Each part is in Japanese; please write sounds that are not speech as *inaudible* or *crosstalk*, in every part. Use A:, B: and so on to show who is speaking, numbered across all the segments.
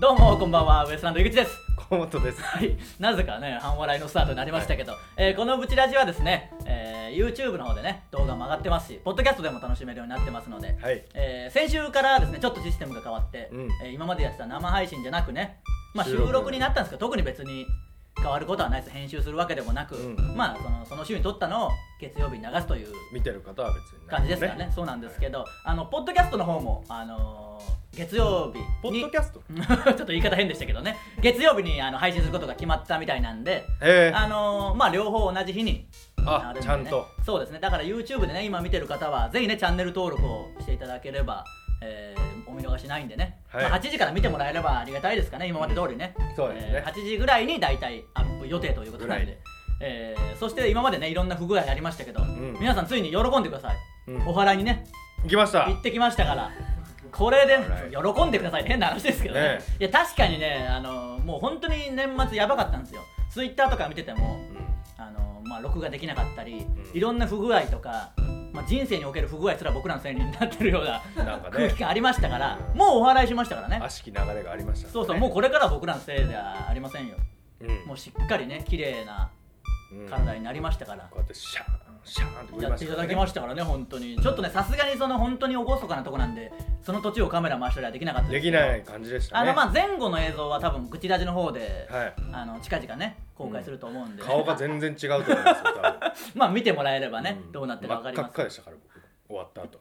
A: どうもこんばんはウエストランド井口です
B: 河本です
A: はいなぜかね半笑いのスタートになりましたけど、えーこのブチラジはですね、えー YouTube の方でね動画も上がってますしポッドキャストでも楽しめるようになってますので、
B: はい
A: えー先週からですねちょっとシステムが変わって、
B: うん
A: えー今までやってた生配信じゃなくね、まあ、
B: 収
A: 収
B: 録
A: 録になったんですけど特に別に変わることはないです編集するわけでもなく、
B: うん
A: まあそのその週に撮ったのを月曜日に流すという
B: 見てる方は別にね
A: 感じですからねそうなんですけど、あのポッドキャストの方も、あのー月曜日に
B: ポッドキャスト
A: *laughs* ちょっと言い方変でしたけどね月曜日にあの配信することが決まったみたいなんで、
B: え
A: あのーまあ両方同じ日に
B: あ
A: あるでね
B: ちゃんと
A: そうですねだから YouTube でね今見てる方はぜひねチャンネル登録をしていただければ、えーお見逃しないんでね、
B: はい
A: まあ、8時から見てもらえればありがたいですかね今まで通りね、
B: そうですね
A: えー8時ぐらいに大体アップ予定ということなん
B: ぐら
A: で
B: い、
A: えーそして今までねいろんな不具合ありましたけど、
B: ん
A: 皆さんついに喜んでください、
B: うん
A: お祓いにね
B: 行きました
A: 行ってきましたからこれで
B: はい
A: 喜んでくださいね変な話ですけどね
B: ね
A: いや確かにねあのもう本当に年末やばかったんですよツイッターとか見ててもあの、まあ、録画できなかったり、
B: うん
A: いろんな不具合とか、まあ、人生における不具合すら僕らのせいになってるような
B: うんなんか
A: 空
B: ね
A: 気感ありましたから、
B: うん
A: もうお祓いしましたからね
B: 悪しき流れがありました
A: そうそうもうこれからは僕らのせいではありませんよ
B: うんうん
A: もうしっかりね綺麗な
B: こ
A: 体になりましたから、
B: うやってシャーンシャーンって
A: やっていただきま
B: し
A: したからね、本当に。ちょっとね、さすがにその本当に厳かなとこなんで、その途中をカメラ回したりはできなかったで
B: で
A: すけ
B: き
A: ど
B: ない感じでした
A: あ
B: ね
A: のまあ前後の映像は多分、グチラジの方で、 *laughs*
B: はい
A: あの近々ね、公開すると思うんで、
B: 顔が全然違うと思いますよ多分
A: *laughs* まあ見てもらえればね、
B: ん
A: どうなってるか分かり
B: 真っ
A: ま
B: 赤っか
A: す。
B: でしたから僕終わった後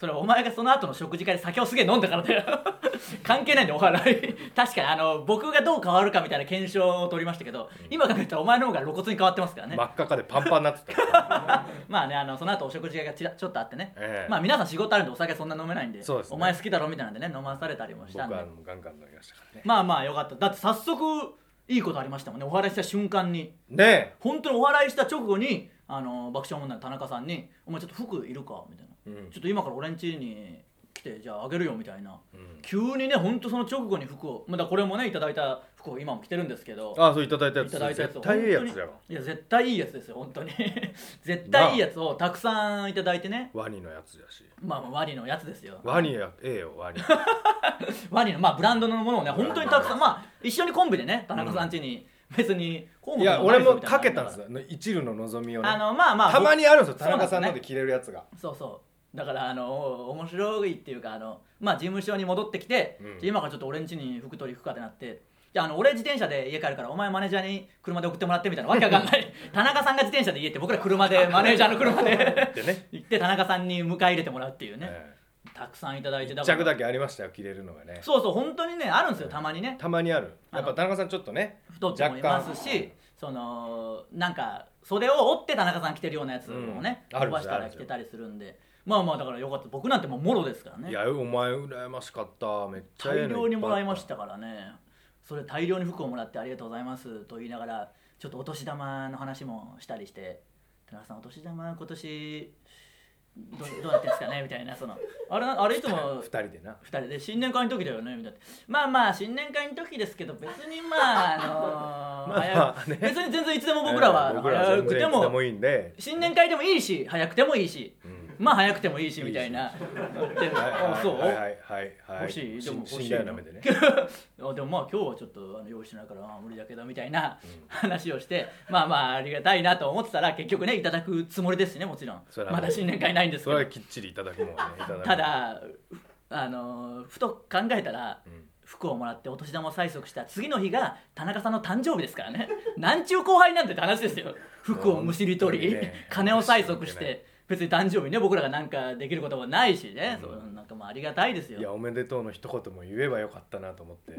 A: それはお前がその後の食事会で酒をすげえ飲んだからだよ。 *laughs* 関係ないんで、お笑い。 *laughs* 確かに、あの、僕がどう変わるかみたいな検証を取りましたけど、今考えたらお前の方が露骨に変わってますからね。
B: 真
A: ま
B: っ赤っかでパンパンになってた
A: *laughs* あね、あの、その後お食事会がちらちょっとあってね、
B: ええ
A: まあ皆さん仕事あるんでお酒そんな飲めないんで
B: そうですね
A: お前好きだろみたいなんでね飲まされたりもしたん
B: 僕
A: で
B: はもうガンガン飲みましたからね
A: まあまあよかっただって早速いいことありましたもんねお笑いした瞬間に
B: ね
A: 本当にお笑いした直後にあの爆笑問題の田中さんに「お前ちょっと服いるか?」みたいな、
B: えうん
A: ちょっと今から俺ん家に来てじゃああげるよ」みたいな、
B: うん
A: 急にね本当その直後に服をまあだからこれもねいただいた服を今も着てるんですけど
B: あそういただいたや
A: い
B: つ
A: ただいたやつ
B: 絶対いいやつだよ
A: いや絶対いいやつですよ本当に *laughs* 絶対いいやつをたくさんいただいてね
B: ワニのやつだし
A: まあまあワニのやつですよ
B: ワニやええよワニ
A: ワニの、まあ、ブランドのものをね本当にたくさんまあ一緒にコンビでね田中さん家に別にコン
B: *laughs* い
A: ビ
B: や俺もかけたんですよ一縷の望みをね
A: あのまあまあ
B: たまにあるんですよ
A: そ
B: 田
A: うなんで
B: 中
A: すね
B: さんので着れるやつが
A: 僕そうそうだからあの面白いっていうかあのまあ事務所に戻ってきて、
B: うん
A: じゃあ今からちょっと俺ん家に服取り行くかってなってじゃああの俺自転車で家帰るからお前マネージャーに車で送ってもらってみたいなわけわかんない
B: *laughs*
A: 田中さんが自転車で家行って僕ら車でマネージャーの車で
B: でね
A: 行って田中さんに迎え入れてもらうっていうね、
B: え
A: たくさんいただいて
B: え一
A: から
B: 着だけありましたよ着れるのがね
A: そうそう本当にねあるんですよたまにね
B: たまにあるや
A: あ
B: っ
A: の
B: ぱ田中さんちょっとね
A: 太ってもいますしそのなんか袖を折って田中さん着てるようなやつもね、
B: うんある
A: 伸ばし
B: んです
A: たら着てたりするんでまあまあだからよかった僕なんてもうもろですから
B: 若干
A: ね
B: いやお前羨ましかっためっちゃええ
A: 大
B: の
A: 量にもらいまし
B: っぱ
A: たからねそれ大量に服をもらってありがとうございますと言いながらちょっとお年玉の話もしたりして田中さんお年玉今年どどうなってんですかねみたいなそのあれなあれいつも
B: あった二人でな
A: 2人で新年会の時だよねみたいなまあまあ新年会の時ですけど別にまああのー
B: *laughs* まあまあね
A: 早く別に全然いつでも僕らは
B: ええ僕らは
A: 早
B: 全
A: くて
B: 然いつで
A: も
B: もいいんで
A: 新年会でもいいし早くてもいいし
B: うん
A: まあ早くてもいいしみたいなで
B: はいはい
A: あそう
B: はいはいはいはい
A: 欲しいでも欲しい
B: 死んだよな目
A: *laughs*
B: でね
A: あでもまあ今日はちょっとあの用意してないからあ無理だけどみたいな話をしてまあまあありがたいなと思ってたら結局ねいただくつもりですしねもちろん
B: それは
A: まだ新年会ないんです
B: そ
A: けど
B: れはきっちりいただくもんねいだく
A: ただあのーふと考えたら、
B: うん
A: 服をもらってお年玉を催促した次の日が田中さんの誕生日ですからね *laughs* なんちゅう後輩なんてって話ですよ服をむしり取り、
B: 本当にね
A: 金を催促し
B: 本当にね
A: て別に誕生日ね僕らがなんかできることもないしね、
B: うん
A: そうなんかまあありがたいです
B: いや
A: よ
B: おめでとうの一言も言えばよかったなと思って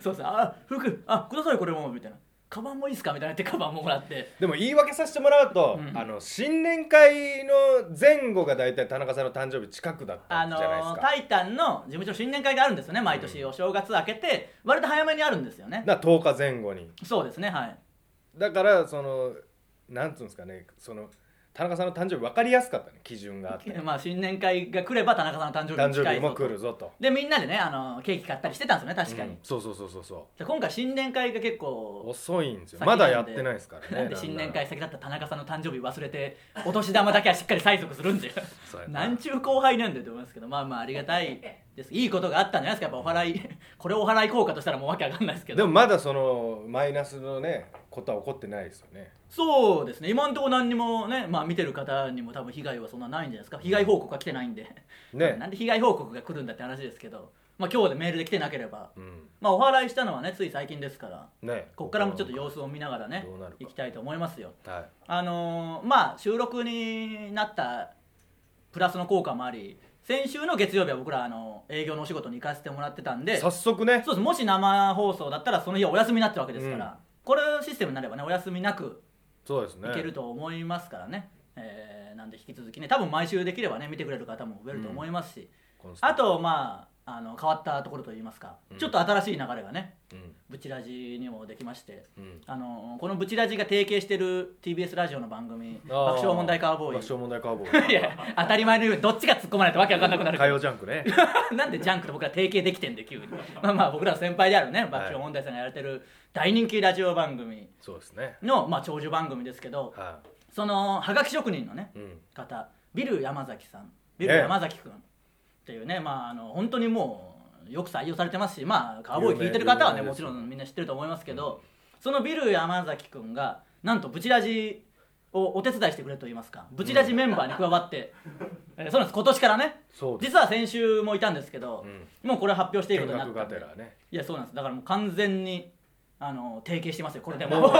A: そうそうあ服あくださいこれもみたいなカバンもいいですかみたいなってカバンももらって
B: でも言い訳させてもらうと、
A: うん
B: あの新年会の前後が大体田中さんの誕生日近くだっ
A: あ
B: た
A: の
B: じゃないです
A: ー
B: か。
A: タイタンの事務所新年会があるんですよね毎年お正月明けて割と早めにあるんですよね
B: な10日前後に
A: そうですねはい
B: だからそのなんつうんですかねその田中さんの誕生日分かりやすかったね基準があって
A: まあ、新年会が来れば田中さんの誕生日
B: 誕
A: に
B: 生
A: 近い
B: 日
A: ぞ
B: も来るぞと
A: でみんなでねあのケーキ買ったりしてたんですよね確かに、
B: うんそうそうそうそうそ
A: で今回新年会が結
B: う
A: 構
B: 遅いんですよ
A: 先な
B: ま
A: んで
B: だやってないですからね
A: なんで新年会
B: なんなら
A: 先だった田中さんの誕生日忘れてお年玉だけはしっかり催促するんですよ
B: そうや
A: なんちゅう後輩なんだよと思いますけどまあまあありがたいですいいことがあったんじゃないですかやっぱお払い *laughs* これをお払い効果としたらもうわけわかんないですけ
B: で
A: ど
B: もまだそのマイナスのねことは起こってないですよね
A: そうですね今のところ何にもね、まあ、見てる方にも多分被害はそんなないんじゃないですか被害報告が来てないんで、*laughs*
B: ね
A: なんで被害報告が来るんだって話ですけど、まあ、今日でメールで来てなければ、
B: うん
A: まあ、お払いしたのはねつい最近ですから
B: ね
A: ここからもちょっと様子を見ながらね
B: どうなるか
A: 行きたいと思いますよ
B: はい
A: あのーまあ収録になったプラスの効果もあり先週の月曜日は僕らあの営業のお仕事に行かせてもらってたんで
B: 早速ね
A: そうですもし生放送だったらその日はお休みになってるわけですから、
B: うん
A: これシステムになればねお休みなく
B: そうですね
A: いけると思いますからねえーなんで引き続きね多分毎週できればね見てくれる方も増えると思いますし、
B: コンスタ
A: あとまああの変わったところといいますか、
B: うん
A: ちょっと新しい流れがね
B: うん
A: ブチラジにもできまして
B: うん
A: あのこのブチラジが提携してる TBS ラジオの番組「爆
B: あー
A: 笑問題カーボーイ
B: 爆笑問題カ
A: *laughs*
B: ーボー」イ
A: いや当たり前のようにどっちが突っ込まないとわけわかんなくなる
B: 火曜ジャン
A: *laughs*
B: クね
A: なんでジャンクと僕ら提携できてんで急にまあまあ僕らの先輩であるね爆笑問題さんがやられてる大人気ラジオ番組
B: そうですね
A: の、まあ、長寿番組ですけど
B: は
A: そのはがき職人のね
B: いうん
A: 方ビル山崎さんビル
B: ね
A: 山崎君っていうねまああの本当にもうよく採用されてますしまあカーボーイ聞いてる方はね
B: 有
A: も
B: 名です
A: ち
B: よ
A: ろ
B: ね
A: んみんな知ってると思いますけど、そのビル山崎君がなんとブチラジをお手伝いしてくれと言いますかブチラジメンバーに加わって、えーそうなんです今年からね
B: そうです
A: 実は先週もいたんですけど、もうこれ発表していいこ
B: 見
A: とになった
B: 学が
A: んで
B: てら
A: *laughs*
B: ね
A: いやそうなんですだからもう完全にあの提携してますよこれ
B: *laughs*
A: でも
B: もう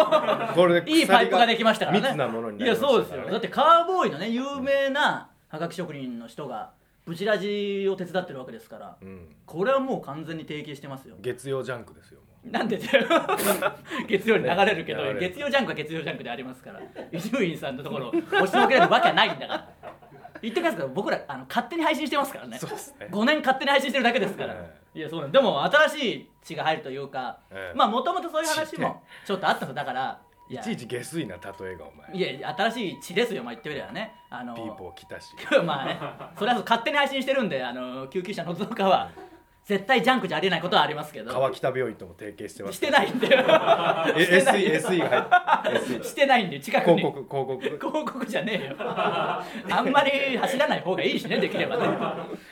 B: これで
A: いいパイプができましたからね
B: 密なものにない
A: や
B: りました
A: そうです
B: から
A: よ
B: ね
A: だってカーボーイのね有名なはがき職人の人がブチラジを手伝ってるわけですから
B: うん
A: これはもう完全に提携してますよ
B: 月曜ジャンクですよも
A: なんで *laughs* 月曜に流れるけど
B: 流れる
A: 月曜ジャンクは月曜ジャンクでありますから伊集院さんのところを押しのけられるわけはないんだから言ってください僕らあの勝手に配信してますからね
B: うそうですね
A: 5年勝手に配信してるだけですから、
B: え
A: いやそうなんでも新しい血が入るというか、
B: ええ
A: まあもともとそういう話もちょっとあったのだからい
B: い
A: や
B: ちいち下水な例えがお前
A: いやいや新しい血ですよまあ言ってみればねあの
B: ピーポー来たし
A: *laughs* まあねそれはそう勝手に配信してるんであの救急車のぞかは絶対ジャンクじゃありえないことはありますけど
B: 川北病院とも提携してます
A: してないんで *laughs*
B: *laughs*
A: してない
B: SE SE が入って SE
A: してないんで近 *laughs* くに
B: 広告広告
A: 広告じゃねえよあんまり走らない方がいいしねできれば
B: *laughs*
A: ね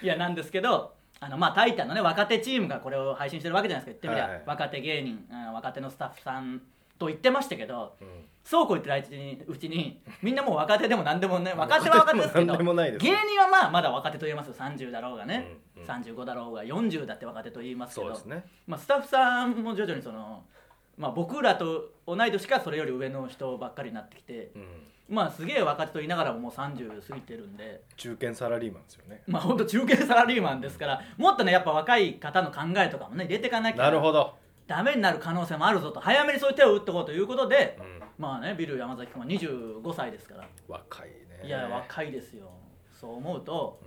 A: いやなんですけどあのまあタイタンのね若手チームがこれを配信してるわけじゃないですか言ってみりゃ、
B: はいはい
A: 若手芸人、うん若手のスタッフさんと言ってましたけど
B: うん
A: そうこう言ってる間にうちにみんなもう若手でも何でもね若手は若手ですけど
B: 何でもないです
A: 芸人はまあまだ若手と言えますよ30だろうがね、
B: うんうん
A: 35だろうが40だって若手と言いますけ
B: そう
A: ど
B: ですね
A: まあ、スタッフさんも徐々にその、まあ、僕らと同い年かそれより上の人ばっかりになってきて、
B: うん
A: まあすげえ若手と言いながらももう30過ぎてるんで
B: 中堅サラリーマンですよね
A: まあ本当中堅サラリーマンですからもっとねやっぱ若い方の考えとかもね入れていかなき
B: なる
A: ゃ
B: ほど
A: ダメになる可能性もあるぞと早めにそういう手を打っておこうということで、
B: うん
A: まあねビル山崎君は25歳ですから、
B: 若いね
A: いや若いですよそう思うと
B: う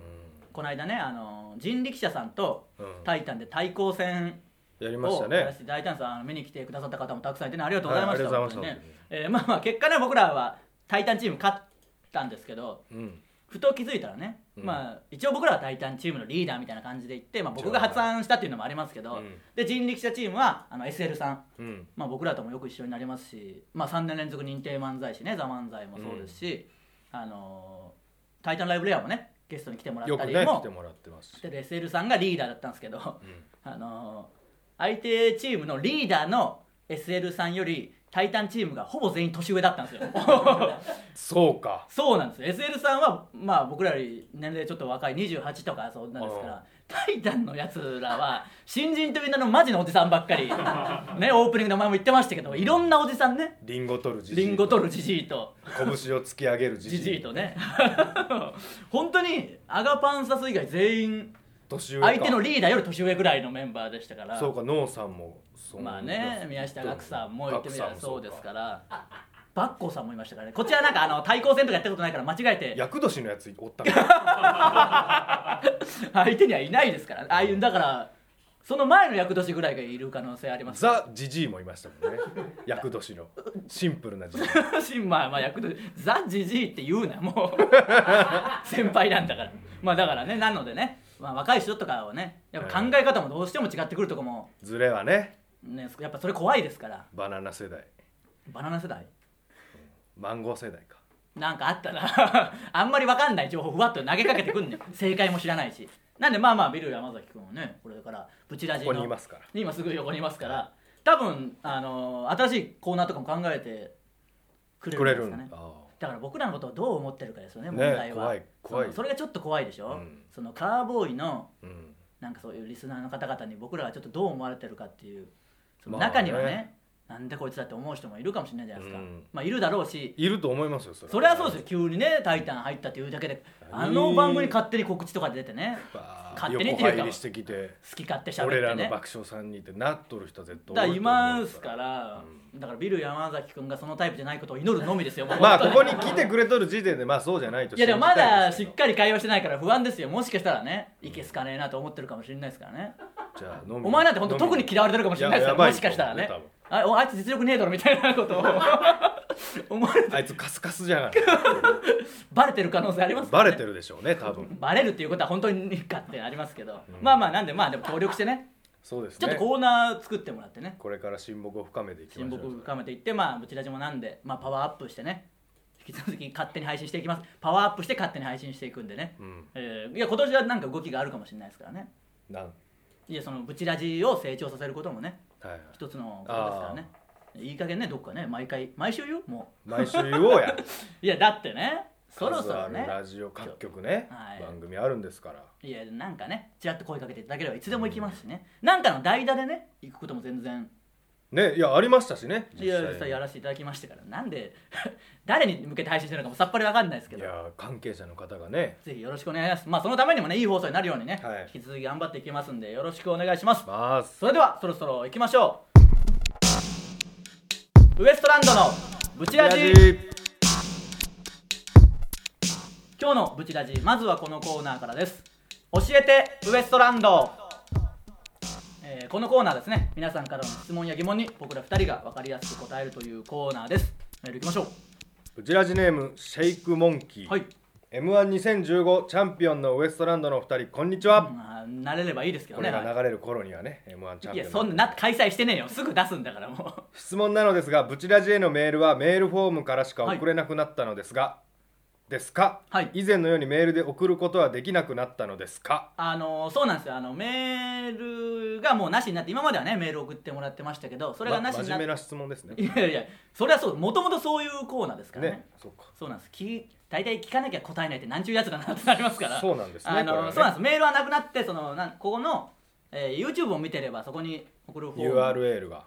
A: この間ねあの人力車さんと
B: んう
A: 「
B: ん
A: タイタン」で対抗戦
B: やりまし
A: を
B: た
A: やら
B: ね
A: せて大胆さんあの見に来てくださった方もたくさんいてねありがとうございました、
B: はいありがとうございました
A: 本当にねえーまあまあ結果ね僕らはタイタンチーム勝ったんですけど
B: うん
A: ふと気づいたらね、
B: うん
A: まあ一応僕らはタイタンチームのリーダーみたいな感じで行って、まあ、僕が発案したっていうのもありますけど、
B: うん
A: で人力車チームはあの SL さん、
B: うん
A: まあ、僕らともよく一緒になりますし、まあ、3年連続認定漫才師ね「ザ漫才もそうですし「あのータイタンライブレア」もねゲストに来てもら
B: よ
A: った
B: く
A: り
B: ね来
A: も、
B: てもらってますし
A: で SL さんがリーダーだったんですけど。 *laughs*
B: うん
A: あのー相手チームのリーダーの SL さんよりタイタンチームがほぼ全員年上だった
B: *laughs*
A: んですよ
B: そうか
A: そうなんです SL さんは、まあ、僕らより年齢ちょっと若い28とかそうなんですからタイタンのやつらは *laughs* 新人という名のマジのおじさんばっか
B: *laughs*
A: りねオープニングの前も言ってましたけどいろんなおじさんね
B: リンゴ取るじじい
A: リンゴ取るじじいと
B: 拳を突き上げるじ
A: じ
B: じ
A: じ
B: い
A: いとね *laughs* 本当にアガパンサス以外全員
B: 年上か
A: 相手のリーダーより年上ぐらいのメンバーでしたから
B: そうかノーさんもそんな
A: まあね宮下岳さんも言ってみたら
B: 岳さんも
A: そうですからバッコさんもいましたからねこっちはなんかあの対抗戦とかやったことないから間違えて
B: 厄年のやつおったから
A: *laughs* 相手にはいないですからああいうだからその前の役年ぐらいがいる可能性あります
B: *laughs* ザ・ジジイもいましたもんね厄年のシンプルなジジイ
A: 新 *laughs* まあまあ役年ザ・ジジイって言うな *laughs* もう先輩なんだからまあだからねなのでね、まあ、若い人とかはねやっぱ考え方もどうしても違ってくるとこも、
B: ズレはね
A: ね、やっぱそれ怖いですから
B: バナナ世代
A: バナナ世代
B: マンゴー世代か
A: *laughs* なんかあったなあんまりわかんない情報ふわっと投げかけてくんねん正解も知らないしなんでまあまあビル山崎君はねこれからブチラジ
B: こ
A: の
B: こにいますから
A: 今すぐ横にいますから多分あの新しいコーナーとかも考えてくれ
B: く
A: る
B: れ
A: んで
B: る
A: す
B: ん
A: か
B: だ
A: ねだから僕らのことをどう思ってるかですよね問
B: ね
A: 題は
B: 怖い怖い
A: そのそれがちょっと怖いでしょ、
B: うん
A: そのカーボーイの
B: うん
A: なんかそういうリスナーの方々に僕らがちょっとどう思われてるかっていうその
B: まあ
A: 中にはね,、
B: ね
A: なんでこいつだって思う人もいるかもしれないじゃないですか、
B: うん
A: まあいるだろうし
B: いると思いますよそれ
A: それはそうですよ急にね「タイタン」入ったっていうだけであの番組に勝手に告知とかで出てね
B: わあ
A: 勝手にっていうか
B: 横入りしてきて
A: 好き勝手しゃべ
B: 俺
A: っ
B: ら
A: て
B: の
A: ね
B: 爆笑さんにってなっとる人は絶対
A: だから
B: 多いと思う
A: 今ですから、だからビル山崎君がそのタイプじゃないことを祈るのみですよ、もう
B: まあ
A: 本
B: こ
A: 当
B: こに来てくれとる時点でまあそうじゃないと
A: いやでもまだし
B: 信じ
A: っかり会話してないから不安ですよもしかしたらねいけすかねえなと思ってるかもしれないですからね、
B: たいですけどじゃあ飲み
A: お前なんて本当特に嫌われてるかもしれないですから
B: いややばい
A: もしかしたらね
B: 多分
A: あおあいつ実力ねえだろみたいなことを思われて
B: あいつカスカスじゃない
A: バレてる可能性ありますか
B: *laughs* バ
A: らね
B: レてるでしょうね多分
A: バレるっていうことは本当にいいかってありますけど、まあまあなんでまあでも協力してね
B: そうです
A: ちょっと
B: ね
A: コーナー作ってもらってね
B: これから親睦を深めていきま
A: 親
B: しょ
A: 睦を
B: う
A: 深めていってまあブチラジもなんで、まあ、パワーアップしてね引き続き勝手に配信していきますパワーアップして勝手に配信していくんでね、
B: うん
A: えーいや今年はなんか動きがあるかもしれないですからね
B: なん
A: いやそのブチラジを成長させることもね
B: はいはい
A: 一つのことですからねいい加減ねどっかね毎回毎週よも
B: 毎週言おうや
A: ういやだってね *laughs* そろそろ
B: 数あ
A: ね
B: るラジオ各局ね
A: はい
B: 番組あるんですから
A: いやなんかねちらっと声かけていただければいつでも行きますしね、なんかの代打でね行くことも全然
B: ねいやありましたしね
A: いや実際やらせていただきましたからなんで誰に向けて配信してるのかもさっぱりわかんないですけ
B: い
A: ど
B: や関係者の方がね
A: ぜひよろしくお願いしますまあそのためにもねいい放送になるようにね、
B: はい
A: 引き続き頑張っていきますんでよろしくお願いします
B: まあ
A: それではそろそろ行きましょうウエストランドのブチラジ今日のブチラジまずはこのコーナーからです教えてウエストランド、えーこのコーナーですね皆さんからの質問や疑問に僕ら2人が分かりやすく答えるというコーナーですメールいきましょ
B: ブチラジネームシェイクモンキー、
A: うはい
B: m 1 2 0 1 5チャンピオンのウエストランドのお二人こんにちは、
A: まあ慣れればいいですけど
B: こ
A: ね
B: れが流れる頃にはね m 1チャン
A: い
B: ピオン
A: やそんなな開催してねえよすぐ出すんだからもう
B: 質問なのですがブチラジへのメールはメールフォームからしか送れなくなったのですが、ですか、
A: はい
B: 以前のようにメールで送ることはできなくなったのですか
A: あのそうなんですよあのメールがもうなしになって今まではねメール送ってもらってましたけどそれがなし
B: ま
A: に
B: 真
A: なって、
B: 面目な質問ですね
A: いやいやそれはそうもともとそういうコーナーですからね
B: ねそうか
A: そうなんです聞い大体聞かなきゃ答えないって何ちゅうやつだなってなりますから
B: そうなんですね
A: あ
B: これは
A: の
B: ね
A: そうなんですメールはなくなってそのなんここの、えー YouTube を見てればそこに送るフォームが
B: URL が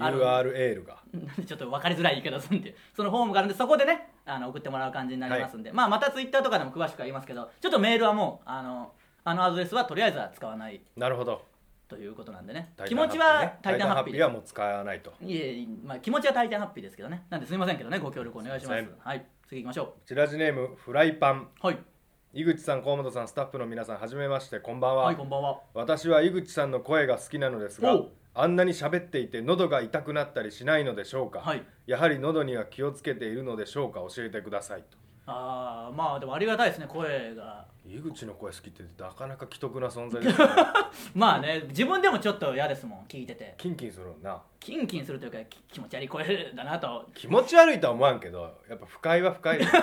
A: あるある
B: URL が
A: なんでちょっと分かりづらい言い方するんでそのフォームがあるんでそこでねあの送ってもらう感じになりますんで、まあまたツイッターとかでも詳しくは言いますけどちょっとメールはもうあのあのアドレスはとりあえずは使わない
B: なるほど
A: ということなんでね
B: タイ
A: 気
B: タンハ
A: 持
B: ッピ
A: ち
B: ーね
A: は「タイタンハ
B: ハ
A: ッ
B: ッ
A: ピー」
B: ピーはもう使わないと
A: いえいえ、まあ、気持ちは「タイタンハッピー」ですけどねなんですいませんけどねご協力お願いします
B: すいませ
A: はい次行きましょ
B: ブチラジネームフライパン
A: うはい
B: 井口さん河本さんスタッフの皆さんはじめましてこんばんは、
A: はいこんばんは
B: 私は井口さんの声が好きなのですが
A: おう
B: あんなに喋っていて喉が痛くなったりしないのでしょうか、
A: はい
B: やはり喉には気をつけているのでしょうか教えてくださいと
A: ああまあでもありがたいですね声が
B: 井口の声好きってなかなか奇特な存在
A: *laughs*
B: ですね
A: まあね自分でもちょっと嫌ですもん聞いてて
B: キンキンするのな
A: キンキンするというかき気持ち悪い声だなと
B: 気持ち悪いとは思わんけどやっぱ不快は
A: *laughs*
B: 不快です
A: じゃ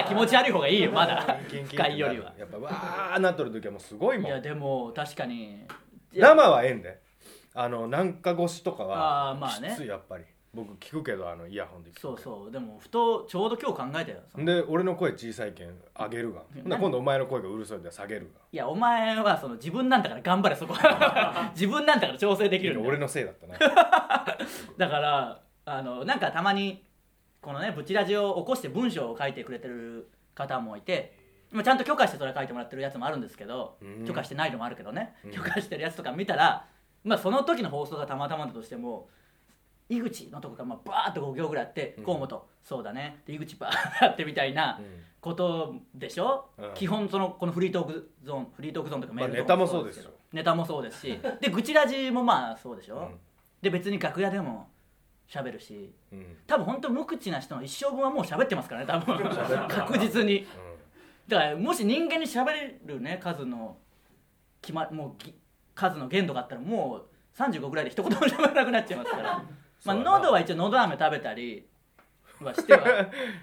A: あ気持ち悪い方がいいよまだ
B: キンキンキンって
A: 不
B: なる
A: 快よりは
B: やっぱわーなっとる時はもうすごい
A: い
B: も
A: や
B: ん
A: でも確かにいや
B: 生はええんであの軟化越しとか
A: あ
B: は
A: ーまあね
B: きついやっぱり僕聞くけどあのイヤホンで聞くけ
A: そ
B: ど
A: うそうでもふとちょうど今日考えたよその
B: で俺の声小さいけん上げるがほんなら今度お前の声がうるさいんだ下げる
A: いやお前はその自分なんだから頑張れそこ
B: *laughs*
A: は自分なんだから調整できる
B: が
A: んだ
B: 俺のせいだっ
A: *laughs*
B: たな
A: だからあのなんかたまにこのねブチラジを起こして文章を書いてくれてる方もいてまあちゃんと許可してそれは書いてもらってるやつもあるんですけど、
B: うん
A: 許可してないのもあるけどね、
B: ん
A: 許可してるやつとか見たら、まあ、その時の放送がたまたまだとしても井口のとこがまあバーッと5行ぐらいあって
B: うん
A: 河本、そうだねで井口バーッあってみたいな
B: うん
A: ことでしょ、
B: うん
A: 基本そのこのフリートークゾーンフリートークゾーンとかメールと
B: まあ
A: か
B: ネタもそうですよ
A: けどネタもそうですしで愚痴ラジもまあそうでしょ、
B: うん
A: で別に楽屋でも喋るし
B: うんうん
A: 多分本当無口な人の一生分はもう喋ってますからね多分確実にだからもし人間に喋れるね数の決まもうぎ数の限度があったらもう35ぐらいで一言も喋らなくなっちゃいますからまあ
B: そうだな
A: 喉は一応喉飴食べたりはしては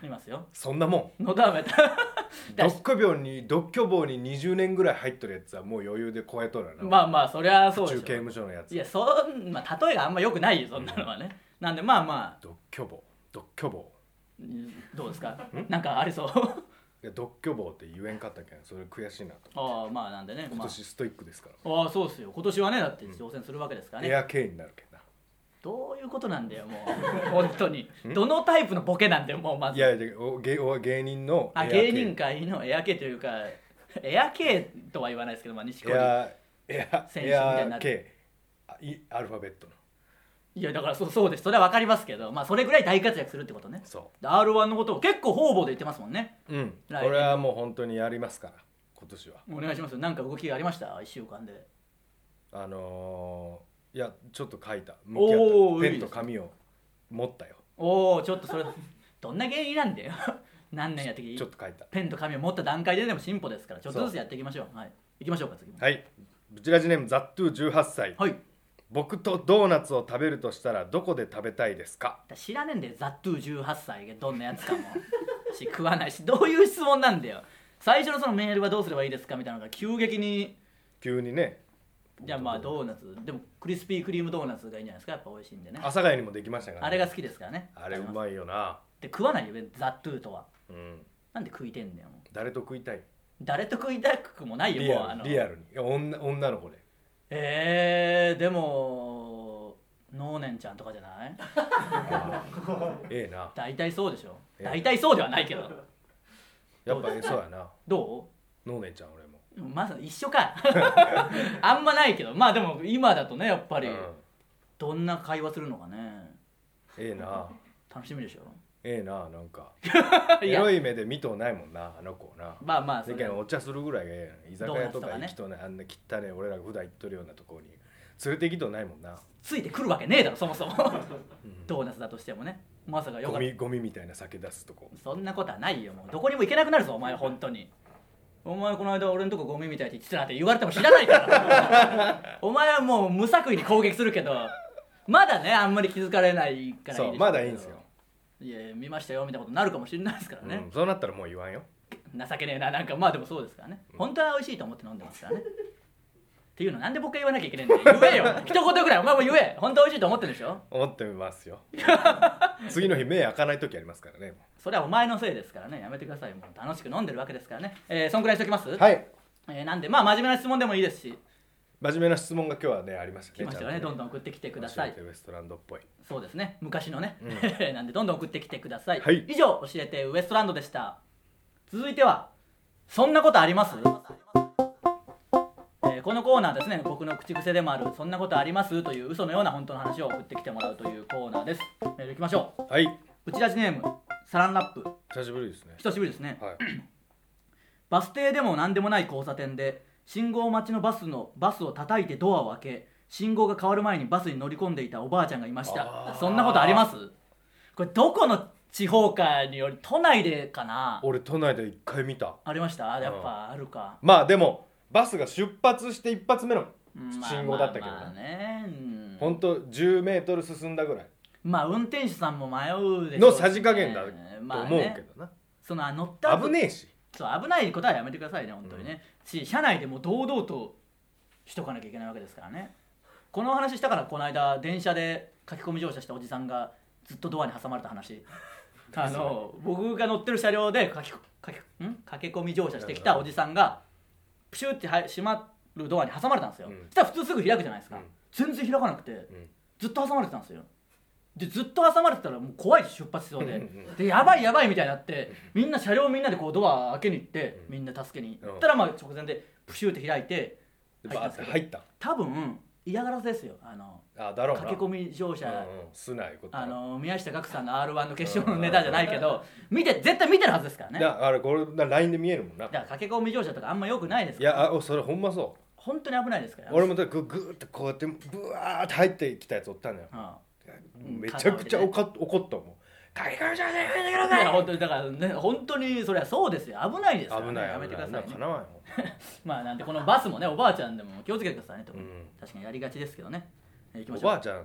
A: います *laughs* よ
B: そんなも
A: のだめた
B: ん
A: だし
B: 独居病に独居房に20年ぐらい入っとるやつはもう余裕で超えとるよな
A: まあまあそりゃそう
B: 中
A: でしょ
B: 刑務所のやつ
A: いやそん、まあ、例えがあんまよくないよそんなのはね、なんでまあまあ
B: 独居房独居房
A: うんどうですかなんかありそう *laughs*
B: いや独居房って言えんかったけんそれ悔しいなと
A: ああまあなんでね
B: 今年ストイックですから、
A: まあ、ああそうっすよ今年はねだって挑戦するわけですからね、
B: エアケイになるけんな
A: どういうことなんだよも
B: *laughs*
A: う本当にどのタイプのボケなんだよもうまず
B: いやいやお芸お芸人の
A: あ
B: エアケ
A: 芸
B: イ
A: 人界のエア系というかエア系とは言わないですけどまあ錦織
B: エアエア
A: 選手み
B: エ
A: たいにな
B: ア
A: る
B: ケイあいアルファベットの
A: いやだからそうそうですそれは分かりますけどまあそれぐらい大活躍するってことね
B: そ
A: r 1のことを結構方々で言ってますもんね
B: ううんこ
A: 来年
B: れはもう本当にやりますから今年は
A: お願いしますよなんか動きがありました1週間で
B: あのー、いやちょっと書いた向き合
A: おー
B: った
A: い
B: ペ
A: い
B: ン
A: で
B: と
A: す
B: 紙を持ったよ
A: おおちょっとそれどんな芸人なんだよ *laughs* 何年やってき
B: ちょっと書いた
A: ペンと紙を持った段階ででも進歩ですからちょっとずつやっていきましょうはい行きましょうか次も
B: はいブチラジネームザットゥー18歳
A: はい
B: 僕とドーナツを食べるとしたらどこで食べたいですか
A: 知らねえんだよザットゥー18歳がどんなやつかもし食わないしどういう質問なんだよ最初のそのメールはどうすればいいですかみたいなのが急激に
B: 急にね
A: じゃあまあドーナツでもクリスピークリームドーナツがいいんじゃないですかやっぱ美味しいんでねあ
B: 阿佐ヶ谷にもできましたから、
A: れが好きですからね
B: あれうまいよな
A: で食わないよザットゥーとは
B: うん
A: なんで食いてんだよもう
B: 誰と食いたい
A: 誰と食いたくもないよ
B: リ
A: もうあ
B: ア
A: の
B: ルリアルにいや女女の子で
A: えー、でも能年ちゃんとかじゃ
B: *laughs*
A: ない
B: ええな
A: 大体そうでしょ
B: ええ
A: 大体そうではないけど
B: やっぱりそうやな
A: どう
B: 能年ちゃん俺も
A: まず一緒
B: *laughs*
A: かあんまないけどまあでも今だとねやっぱり、
B: うん
A: どんな会話するのかね
B: ええな
A: 楽しみでしょ
B: ええななんか
A: い
B: エ
A: や
B: ロい目で見とうないもんなあの子な
A: まあまあそ
B: 世
A: れ
B: 間お茶するぐらいがええやん居酒屋とか
A: ドーナ
B: 行
A: ツ
B: きとねあんな汚ね俺らが普段行っとるようなところに連れて行きとうないもんな
A: ついてくるわけねえだろそもそも *laughs* ドーナツだとしてもねまさかよか
B: ゴ
A: っ
B: ミゴミみたいな酒出すとこ
A: たそんなことはないよもうどこにも行けなくなるぞお前本当にお前この間俺のとこゴミみたいって言ってたなって言われても知らないから
B: *laughs*
A: お前はもう無作為に攻撃するけどまだねあんまり気づかれないからいいでしょ
B: そうまだいいんすよ
A: いや見ましたよみたいなことになるかもしれないですからね、
B: うん、そうなったらもう言わんよ
A: 情けねえななんかまあでもそうですからね本当は美味しいと思って飲んでますからねっていうのなんで僕が言わなきゃいけないんだよ言えよ
B: *laughs*
A: 一言ぐらいお前も言え本当は美味しいと思ってるでしょ
B: 思ってま
A: *laughs*
B: すよ次の日目開かない時ありますからね
A: それはお前のせいですからねやめてくださいもう楽しく飲んでるわけですからねえー、そんくらいにしときます、
B: はい
A: えーなんでまあ真面目な質問でもいいですし
B: 真面目な質問が今日はねありましたね
A: 来ましたよね
B: ちゃ
A: ど
B: ん
A: ん
B: と
A: どん送ってきてください
B: 教えてウエストランドっぽい
A: そうですね昔のね、 *laughs* なんでどんどん送ってきてください、
B: はい
A: 以上教えてウエストランドでした続いてはそんなことありますえーこのコーナーですね僕の口癖でもある「そんなことあります?」という嘘のような本当の話を送ってきてもらうというコーナーですメールいきましょう
B: はい
A: 内ラジネームサランラップ
B: 久しぶりですね
A: 久しぶりですね
B: はい
A: バス停でも何でもない交差点で信号待ちのバスのバスを叩いてドアを開け信号が変わる前にバスに乗り込んでいたおばあちゃんがいまし
B: あ
A: た
B: ー
A: そんなことありますこれどこの地方かにより都内でかな
B: 俺都内で一回見た
A: ありましたやっぱあるか、
B: まあでもバスが出発して一発目の
A: うんまあ
B: 信号だったけどね
A: まあまあねうん
B: ほんと1 0ル進んだぐらい
A: まあ運転手さんも迷うでしょう
B: の
A: しね
B: さじ加減だと
A: まあ
B: 思うけ
A: ね、
B: どな、
A: そのあ乗った後
B: 危ねえし
A: そう危ないことはやめてくださいね本当にね、し社内でも堂々としとかなきゃいけないわけですからねこの話したからこの間電車で書き込み乗車したおじさんがずっとドアに挟まれた
B: *laughs*
A: 話あの僕が乗ってる車両で書き書きん駆け込み乗車してきたおじさんがプシュってはい閉まるドアに挟まれたんですよ、
B: うん
A: そしたら普通すぐ開くじゃないですか、
B: うん
A: 全然開かなくて、
B: ん
A: ずっと挟まれてたんですよでずっと挟まれてたらもう怖いし出発しそう
B: うん
A: で
B: うん
A: でやばいやばいみたいになってみんな車両みんなでこうドア開けに行って
B: うん
A: みんな助けに
B: うん
A: 行ったらまあ直前でプシューって開いて
B: でバーって
A: 入
B: 入
A: っ
B: った
A: 多分嫌がらせですよあの
B: あだろうな
A: 駆け込み乗車、
B: うんうん素直いこと
A: あの宮下岳さんの r 1の決勝のネタじゃないけど見て絶対見てるはずですからねだか
B: だあれこれな LINE で見えるもんな
A: ら駆け込み乗車とかあんま良くないです
B: い
A: から
B: やあおそれほんまそう
A: 本当に危ないですから
B: 俺もだからググーってこうやってブワーって入ってきたやつおったんだよ
A: うん
B: めちゃくちゃ怒っ怒ったもん駆け込み乗車やめてく
A: だ
B: だ
A: から
B: さい
A: 本当にだからね本当にそれはそうですよ危ないですから、ね、
B: 危ない
A: やめ
B: 危
A: てく
B: な
A: だ
B: い危
A: さ
B: な
A: いね
B: いかなわんよ
A: まあなんでこのバスもねおばあちゃんでも気をつけてくださいねと、
B: うん
A: 確かにやりがちですけどね、えー行きま
B: お
A: しょう
B: ばあちゃん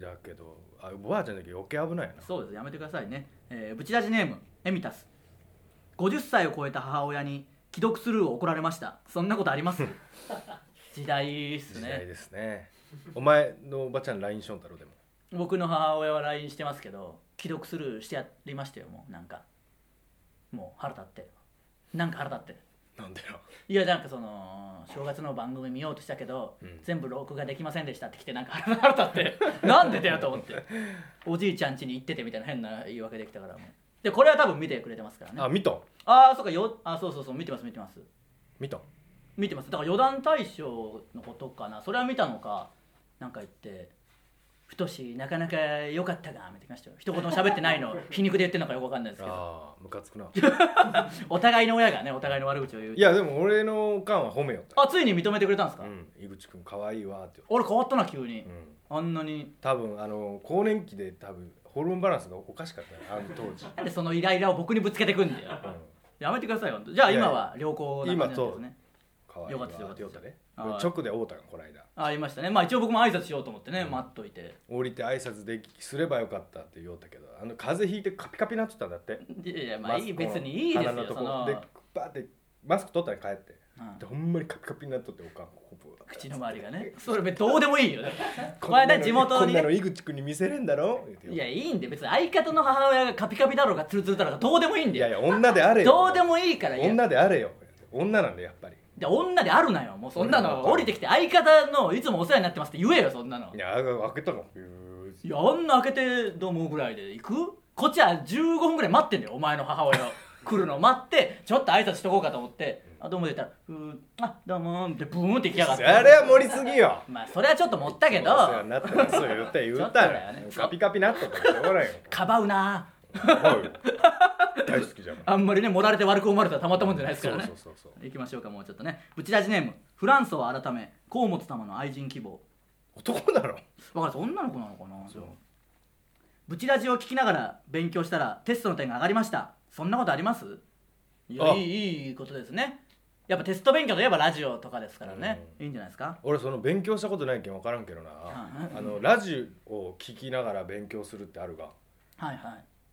B: だけどあおばあちゃんだけど余計危ないな
A: そうですやめてくださいね、えー、ブチラジネームエミタス50歳を超えた母親に既読スルーを怒られましたそんなことあります
B: *laughs*
A: 時代っす
B: 時代
A: ね
B: ですねお前のおばちゃん LINE しょんだろでも
A: 僕の母親は LINE してますけど既読スルーしてやりましたよもうなんかもう腹立ってなんか腹立って
B: なんでよ
A: いやなんかその正月の番組見ようとしたけど、
B: うん
A: 全部録画できませんでしたって来てなんか腹立
B: *laughs*
A: ってなんでだよと思っておじいちゃん家に行っててみたいな変な言い訳できたからもうでこれは多分見てくれてますからね
B: あ見た
A: ああそうかよあそうそうそう見てます見てます
B: 見た
A: 見てますだから余談大賞のことかなそれは見たのかなんか言って「ふとしなかなか良かったが」みたいな人一言も喋ってない
B: *laughs*
A: のを皮肉で言ってるのかよくわかんないですけど
B: ああムカつくな
A: お互いの親がねお互いの悪口を言う
B: いやでも俺のおかんは褒めよった
A: あついに認めてくれたんですか、
B: うん井口君可愛いわって
A: 俺変わったな急に、
B: 言われてうん
A: あんなに
B: 多分あの更年期で多分ホルモンバランスがおかしかったよあの当時、
A: なんでそのイライラを僕にぶつけてくんだよ
B: *laughs*
A: やめてくださいよじゃあ
B: いやいや
A: 今は良好な感じなんですね
B: かわいい
A: よかっ
B: わ
A: たですよかったです
B: って言お
A: は
B: う
A: い
B: たね直で会うたがこの間
A: ありましたねまあ一応僕も挨拶しようと思ってね、
B: うん
A: 待っといて
B: 降りて挨拶できすればよかったって言おうたけどあの風邪ひいてカピカピになっとったんだって
A: いやいやまあいい
B: マスクの
A: 別にいいです
B: 鼻の
A: よ
B: と
A: そ
B: こ
A: の、
B: でバーってマスク取ったら帰って
A: うん
B: でほんまにカピカピになっとっておかんここブワーって
A: 口の周りがねそれ別にどうでもいいよ
B: *laughs*
A: だからこ
B: こん
A: の
B: な
A: 間
B: の
A: 地元に
B: こんなの
A: ね
B: 井口君に見せれんだろ言うてよ
A: いやいいんで別に相方の母親がカピカピだろうがツルツルだろうがどうでもいいん
B: い
A: だ
B: やい
A: よ
B: や女であれよ
A: どうでもいいからいや
B: 女であれよ女なんだよやっぱり
A: で女であるなよもうそんなの降りてきて相方のいつもお世話になってますって言えよそんなの
B: いや開けたの
A: いやあんな開けてどうもぐらいで行くこっちは15分ぐらい待ってんだよお前の母
B: *laughs*
A: 親を来るのを待ってちょっと挨拶しとこうかと思って「あどうも」で言ったら「うーあどうも」ってブーンって行きやがっ
B: あ
A: て
B: れは盛りすぎよ
A: まあそれはちょっともったけど
B: お世話になってますよ言ったよ言った
A: ちょっと
B: ら、
A: だよね
B: カピカピなっとったらしょうがないよ
A: かばうな
B: はい大好きじゃない
A: あんまりね盛られて悪く思われたらたまったもんじゃないですからね
B: そうそうそうそう
A: 行きましょうかもうちょっとねブチラジネームフランソは改め河本様の愛人希望
B: 男だろ
A: わかる女の子なのかな
B: そう
A: ブチラジを聞きながら勉強したらテストの点が上がりましたそんなことありますいや
B: あ
A: いいいいことですねやっぱテスト勉強といえばラジオとかですからねいいんじゃないですか
B: 俺その勉強したことないけん分からんけどなあのラジオを聞きながら勉強するってあるが
A: はいはい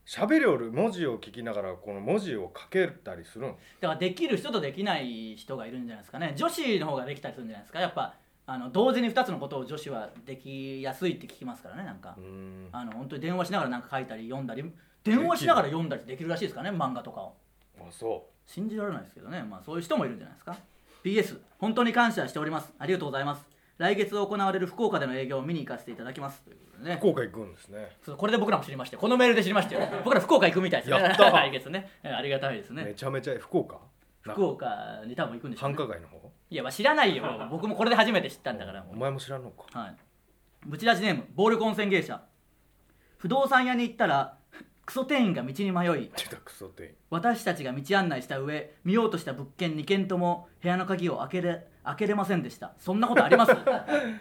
B: 喋りおる文字を聞きながらこの文字を書けたりするん
A: だからできる人とできない人がいるんじゃないですかね女子の方ができたりするんじゃないですかやっぱあの同時に2つのことを女子はできやすいって聞きますからねなんか、
B: うーんあ
A: あの本当に電話しながらなんか書いたり読んだり電話しながら読んだりできるらしいですからね漫画とかを
B: そ
A: 信じられないですけどね、まあ、そういう人もいるんじゃないですか PS 本当に感謝しておりますありがとうございます来月行われる福岡での営業を見に行かせていただきますということで
B: う
A: ね
B: 福岡行くんですね
A: そうこれで僕らも知りましてこのメールで知りま
B: *laughs*
A: して僕ら福岡行くみたいですね
B: やっ
A: *laughs*
B: た
A: 来月ねえーありがたいです
B: め
A: ね
B: ちゃめちゃ福岡な
A: 福岡に多分行くんでしょう
B: 繁
A: ね、
B: 華街の方
A: いやまあ知らない
B: *laughs*
A: よ僕もこれで初めて知ったんだから
B: お前も知らんのか
A: はいブチラジネーム暴力温泉芸者不動産屋に行ったらクソ店員が道に迷い
B: 出たクソ店員
A: 私たちが道案内した上見ようとした物件2軒とも部屋の鍵を開けれ開けれませんでしたそんなことあり
B: *laughs*
A: ます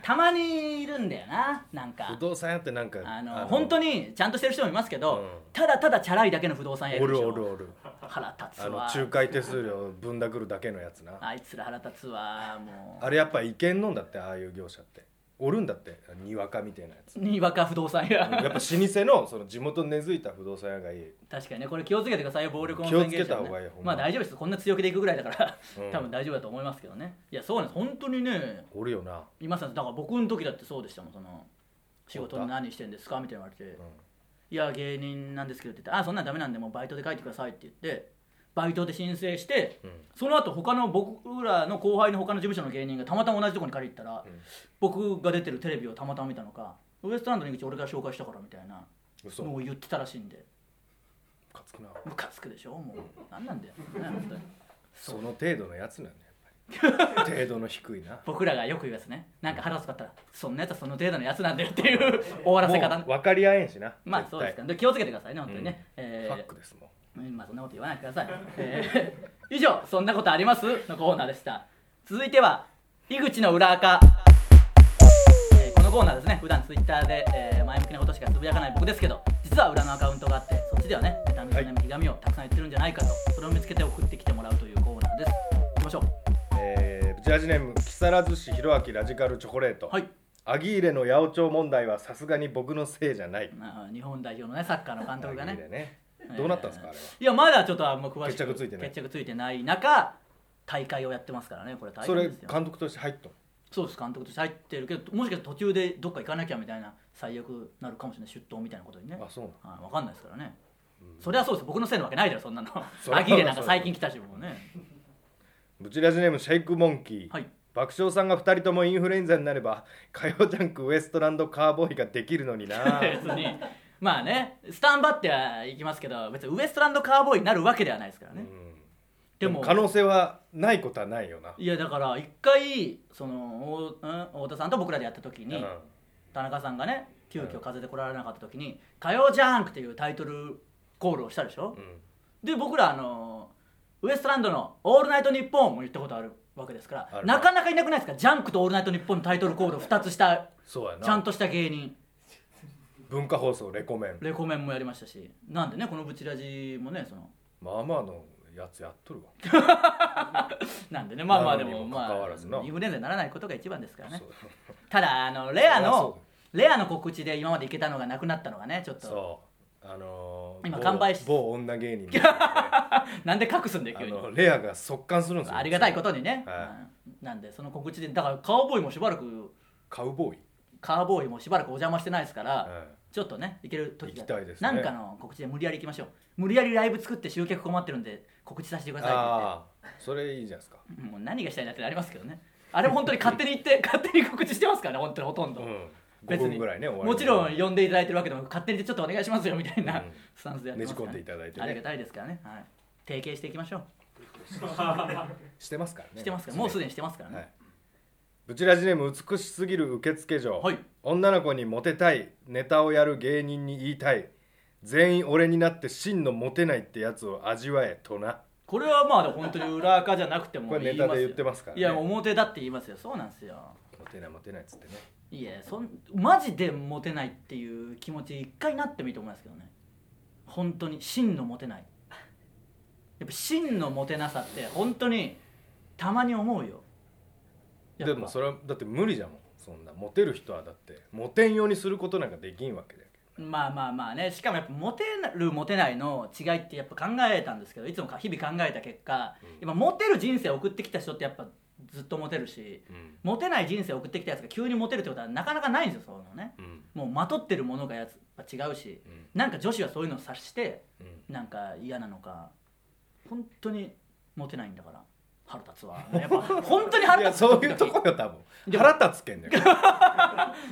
A: たまにいるんだよななんか
B: 不動産屋ってなんか
A: あの本当
B: に
A: にちゃんとしてる人もいますけど、
B: うん
A: ただただチャラいだけの不動産屋い
B: お
A: るでし
B: る
A: ょ
B: おるおる
A: 腹立
B: あ
A: つ
B: の
A: わ
B: 仲介手数料ぶんだくるだけのやつな
A: あいつら腹立つわもう
B: あれやっぱいけんのんだってああいう業者っておるんだってにわかみたいなやつ
A: にわか不動産屋
B: やっぱ老舗のその地元根付いた不動産屋がいい
A: 確かにねこれ気をつけてくださいよ暴力温
B: 気を
A: 泉
B: つ
A: 芸者
B: けた
A: はね
B: 方がいいほん
A: ま
B: ま
A: あ大丈夫ですこんな強気でいくぐらいだから、
B: うん
A: 多分大丈夫だと思いますけどねいやそうなんです本当にね
B: おるよな、
A: いますだから僕の時だってそうでしたもんその仕事に何してんですかみたいな言われて、
B: うん
A: いや芸人なんですけどって言って「あそんなんダメなんでもうバイトで書いてください」って言ってバイトで申請して、
B: うん
A: その後他の僕らの後輩の他の事務所の芸人がたまたま同じとこに借り行ったら、
B: ん
A: 僕が出てるテレビをたまたま見たのかウエストランドの井口俺が紹介したからみたいな
B: 嘘
A: のを言ってたらしいんで
B: ムカつくな
A: ムカつくでしょもう何なんだよ、ね、本当に
B: その程度のやつなんだよや
A: *laughs*
B: っぱり程度の低いな
A: 僕らがよく言うやつねなんか腹立つかったら「そんなやつはその程度のやつなんだよ」っていう終わらせ方
B: も
A: ね
B: う分かり合えんしな
A: まあそうですか
B: ね
A: で気をつけてくださいね本当にね、え
B: ファ
A: ー
B: ックですもん
A: うんまあそんなこと言わないでください、えー以上「そんなことあります?」のコーナーでした続いては井口の裏垢、えーこのコーナーですね普段ツイッターで、えー前向きなことしかつぶやかない僕ですけど実は裏のアカウントがあってそっちではね妬み悩みひがみをたくさん言ってるんじゃないかとそれを見つけて送ってきてもらうというコーナーですいきましょう
B: えージャージネーム木更津市弘明ラジカルチョコレート、
A: はい
B: アギーレの八百長問題はさすがに僕のせいじゃない。
A: まあ日本代表のねサッカーの監督が
B: アギー
A: ね
B: レね。どうなったんですか、あれは。
A: いやまだちょっとあんま詳しく
B: 決着ついてない
A: 決着ついてない中大会をやってますからねこれ大
B: そ
A: 変
B: れ
A: ですよ
B: 監督として入ったの
A: そうです監督として入ってるけどもしかしたら途中でどっか行かなきゃみたいな最悪なるかもしれない出頭みたいなことにね
B: あそうなの
A: はい、分かんないですからね、
B: うん
A: そりゃそうです僕のせいなわけないだろそんなの
B: そりゃ
A: アギレなんか最近来たしもうね
B: ブチラジネームシェイクモンキー、
A: はい
B: 爆笑さんが2人ともインフルエンザになれば火曜ジャンクウエストランドカーボーイができるの
A: *laughs*
B: にな
A: 別にまあねスタンバってはいきますけど別にウエストランドカーボーイになるわけではないですから
B: う
A: ね、
B: ん
A: で
B: で
A: も
B: も可能性はないことはないよない
A: やだから一回そのお、うん、太田さんと僕らでやった時に、
B: うん
A: 田中さんがね急遽風邪で来られなかった時に「火曜ジャンク」っていうタイトルコールをしたでしょ、
B: うん
A: で僕らあのウエストランドの「オールナイトニッポン」も言ったことあるわけですか
B: あ
A: ら
B: る
A: なかなかいなくないですか「ジャンク」と「オールナイトニッポン」のタイトルコールを2つした
B: そうやな
A: ちゃんとした芸人
B: 文化放送レコメン
A: レコメンもやりましたしなんでねこのブチラジもねその
B: まあまあのやつやっとるわ
A: なんでねまあまあでも
B: なのにも
A: ま
B: かかわ
A: あ
B: らずな
A: インフルエンザにならないことが一番ですからね
B: そう
A: ただあのレア
B: そりゃそう
A: のレアの告知で今までいけたのがなくなったのがねちょっと
B: そうあのー
A: 今
B: 某
A: 完売し
B: 某女芸人み
A: *laughs*
B: たいなね
A: なんで隠すんだよ
B: あ
A: 急に
B: のレアが速乾するんですよ
A: ありがたいことにね、
B: は
A: うんなんでその告知でだからカウボーイもしばらく
B: カウボーイ、
A: カウボーイもしばらくお邪魔してないですから、
B: うん
A: ちょっとね行ける時が
B: 行きたいですね
A: なんかの告知で無理やり行きましょう無理やりライブ作って集客困ってるんで告知させてくださいって
B: ああそれいいじゃないですか
A: 言ってもう何がしたいんだってなりますけどねあれも本当に勝手に行って勝手に告知してますからね本当にほとんど、
B: うん5
A: 別に
B: 分ぐらいね終わり
A: もちろん呼んでいただいてるわけでも勝手にちょっとお願いしますよみたいな、
B: うん
A: スタンスでやってますから、
B: ねじ込んでいただいてね
A: ありがたいですからね、はい、提携していきましょう、
B: してますからね
A: してますからもうすでにしてますからね、
B: はいブチラジネーム美しすぎる受付嬢、
A: はい
B: 女の子にモテたいネタをやる芸人に言いたい全員俺になって真のモテないってやつを味わえとな
A: これはまあ本当に裏垢じゃなくても
B: これネタで言ってますからね
A: いや表だって言いますよそうなんですよ
B: モテないモテないっつってね
A: いやそんマジでモテないっていう気持ち一回なってもいいと思いますけどね本当に真のモテないやっぱ真のモテなさって本当にたまに思うよやっ
B: で
A: ぱ
B: もそれはだって無理じゃもんそんなモテる人はだってモテんようにすることなんかできんわけだけ
A: まあまあまあねしかもやっぱモテるモテないの違いってやっぱ考えたんですけどいつもか日々考えた結果、
B: うん
A: 今モテる人生を送ってきた人ってやっぱずっとモテるし
B: どうん
A: モテない人生を送ってきたやつが急にモテるってことはなかなかないんですよそういうのね
B: うん
A: もうまとってるものがやつやっぱ違うし
B: うん
A: なんか女子はそういうのを察して
B: うん
A: なんか嫌なのか本当にモテないんだから腹立つわやっ
B: *laughs*
A: ぱ本当に
B: い
A: 腹
B: や
A: 立つ
B: そういうとこよ
A: で
B: 多分
A: も
B: 腹立つけんだよ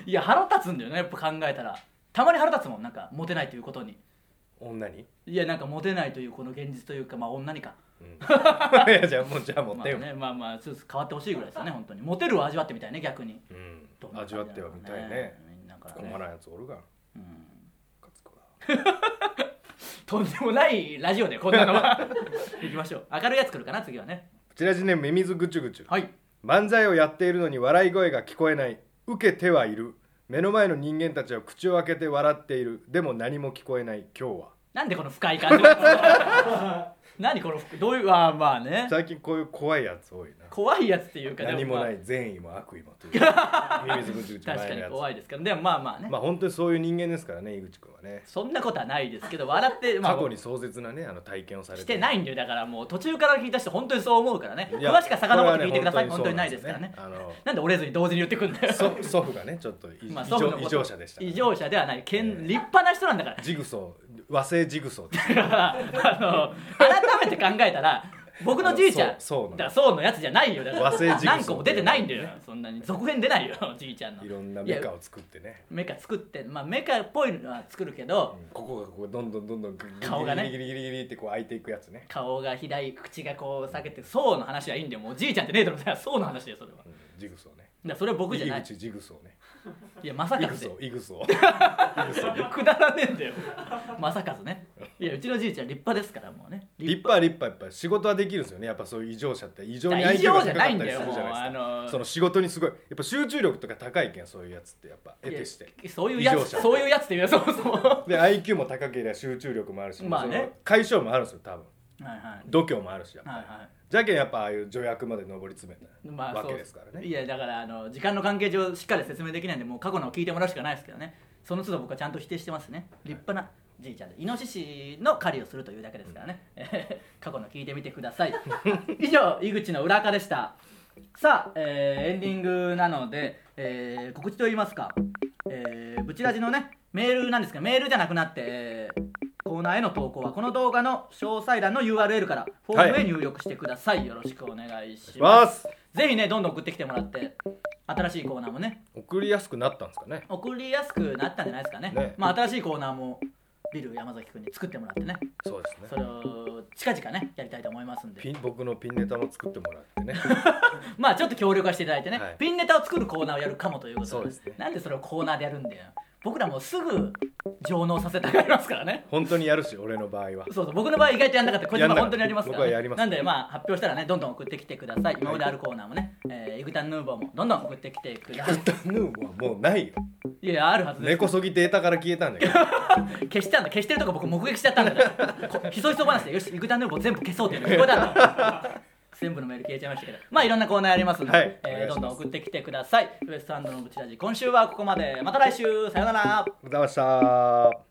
A: いや腹立つんだよねやっぱ考えたらたまに腹立つもんなんかモテないということに
B: 女に、
A: いやなんかモテないというこの現実というかまあ女にか *laughs*
B: うんいやじゃあもうじゃあモ
A: まあ
B: テよ、
A: ねまあまあそうです変わってほしいぐらいですよね本当にモテるを味わってみたいね逆に
B: うん
A: どんな感じ
B: 味
A: なの
B: わっ
A: か
B: てはみたいね
A: みんなからね
B: 困らんやつおるがム
A: うん
B: カつくわ
A: とんでもないラジオでこんなの
B: *laughs*
A: は行きましょう明るいやつ来るかな次はね
B: チラジネームミミズグチュグチュ
A: はい
B: 漫才をやっているのに笑い声が聞こえない受けてはいる目の前の人間たちは口を開けて笑っているでも何も聞こえない今日は
A: なんでこの深い感じなの *laughs* 何この深いどういうああまあね
B: 最近こういう怖いやつ多いな
A: 怖いやつっていうかで
B: 何も
A: まあ
B: ない善意も悪意も
A: *laughs*
B: というミミズグチュグチュ
A: 確か
B: 前の
A: に
B: やつ
A: 怖いですけどでもまあまあね、
B: まあ本当にそういう人間ですからね井口君はね
A: そんなことはないですけど笑って、まあ、
B: 過去に壮絶なねあの体験をされて
A: してないんだよだからもう途中から聞いた人本当にそう思うからね
B: いや
A: 詳しくは遡って聞いてください、
B: こ
A: 本
B: れ
A: 当に
B: はね
A: ないですからね
B: そうなんですよね
A: なんで折れずに同時に言ってくんだ
B: あ
A: よ
B: のそ祖父がねちょっと
A: *laughs*
B: 異,、
A: まあ祖父の
B: 常
A: こと
B: 異常者でしたから
A: 異常者ではないけん
B: ええ
A: 立派な人なんだから
B: ジグソー和製ジグソーです
A: だからあの改めて考えたら僕のじいちゃん
B: そうそうなの
A: だからそうのやつじゃないよだから
B: 和製ジグソー
A: 何個も出てないんだよそんなに続編出ないよ *laughs* じいちゃんの
B: いろんなメ
A: い
B: カ
A: や
B: を作ってね、
A: メカ作ってまあメカっぽいのは作るけど、
B: うんここがこうどんどんどんどんギリ
A: 顔がね
B: ギリギリギリギリってこう開いていくやつね
A: 顔が左口がこう下げてそうの話はいいんだよもうじいちゃんってねえだろだからそうの話だよそれはだか
B: うんジグソーね
A: らそれは僕じゃない
B: 井口ジグソーね
A: いやまさ
B: イ
A: か
B: グ
A: ず
B: ソ
A: で
B: ーイグソ
A: *laughs* くだらねえんだよまさかずねいやうちのじいちゃん立派ですからもうね
B: ー立派立派やっぱ仕事はできるんですよねやっぱそういう異常者って異常に
A: 異常じゃ
B: 高
A: な
B: か
A: い
B: っ
A: ん
B: た
A: だ
B: りす
A: よも
B: る
A: う
B: じゃないですか
A: あの
B: その仕事にすごいやっぱ集中力とか高いけんそういうやつってやっぱ得てして
A: いやそういうや
B: *laughs* 異常
A: つ
B: 者
A: そういうやつって言うよそうそうは
B: で IQ も高ければ集中力もあるし、
A: まあね
B: その解消もあるんですよ多分
A: いはい
B: 度胸もあるしやっぱり、
A: はいはい
B: じゃけんやっぱああいう助役まで上り詰めたわ
A: そう
B: けですからね
A: いやだからあの時間の関係上しっかり説明できないんでもう過去のを聞いてもらうしかないですけどねその都度僕はちゃんと否定してますね立派なじいちゃんでイノシシの狩りをするというだけですからね、 *laughs* 過去の聞いてみてください *laughs* 以上井口の裏垢でしたさあ、えーエンディングなので、えー告知といいますか、えーブチラジのねメールなんですけどメールじゃなくなって、えーコーナーへの投稿はこの動画の詳細欄の URL からフォームへ入力してください、よろしくお願いしま
B: わ
A: す
B: す
A: ぜひねどんどん送ってきてもらって新しいコーナーもね
B: 送りやすくなったんですかね
A: 送りやすくなったんじゃないですかね
B: ね
A: まあ新しいコーナーもビル山崎くんに作ってもらってね
B: そうです
A: そ
B: ね
A: れを近々ねやりたいと思いますんで
B: ピン僕のピンネタも作ってもらってね *laughs*
A: まあちょっと協力はしていただいてね、
B: はい
A: ピンネタを作るコーナーをやるかもということで
B: そうですね
A: なんでそれをコーナーでやるんだよ僕らもうすぐ上納させたがりますからね
B: 本当にやるし俺の場合は
A: そうそう僕の場合意外とやんなかったこいつ
B: やん
A: は
B: なか
A: 本
B: った
A: 当にやりますから、ね、
B: 僕はやります
A: なんでまあ発表したらねどんどん送ってきてください今まであるコーナーもね、えー、イグタンヌーボーもどんどん送ってきてく
B: *laughs*
A: ださい
B: グッドヌーボーはもうないよ
A: いやいやあるはずです
B: 根こそぎデータから消えたんだ
A: *laughs*
B: けど
A: 消したんだ消してるとこ僕目撃しちゃったんだからこひそひそ話でよしイグタンヌーボー全部消そうっていうの聞こえたんだ全部のメール消えちゃいましたけどまあいろんなコーナーありますので、
B: はいお願い
A: え
B: し
A: ーど
B: ます
A: んどん送ってきてくださいウエストランドのブチラジ今週はここまでまた来週さようなら
B: ありがとうございました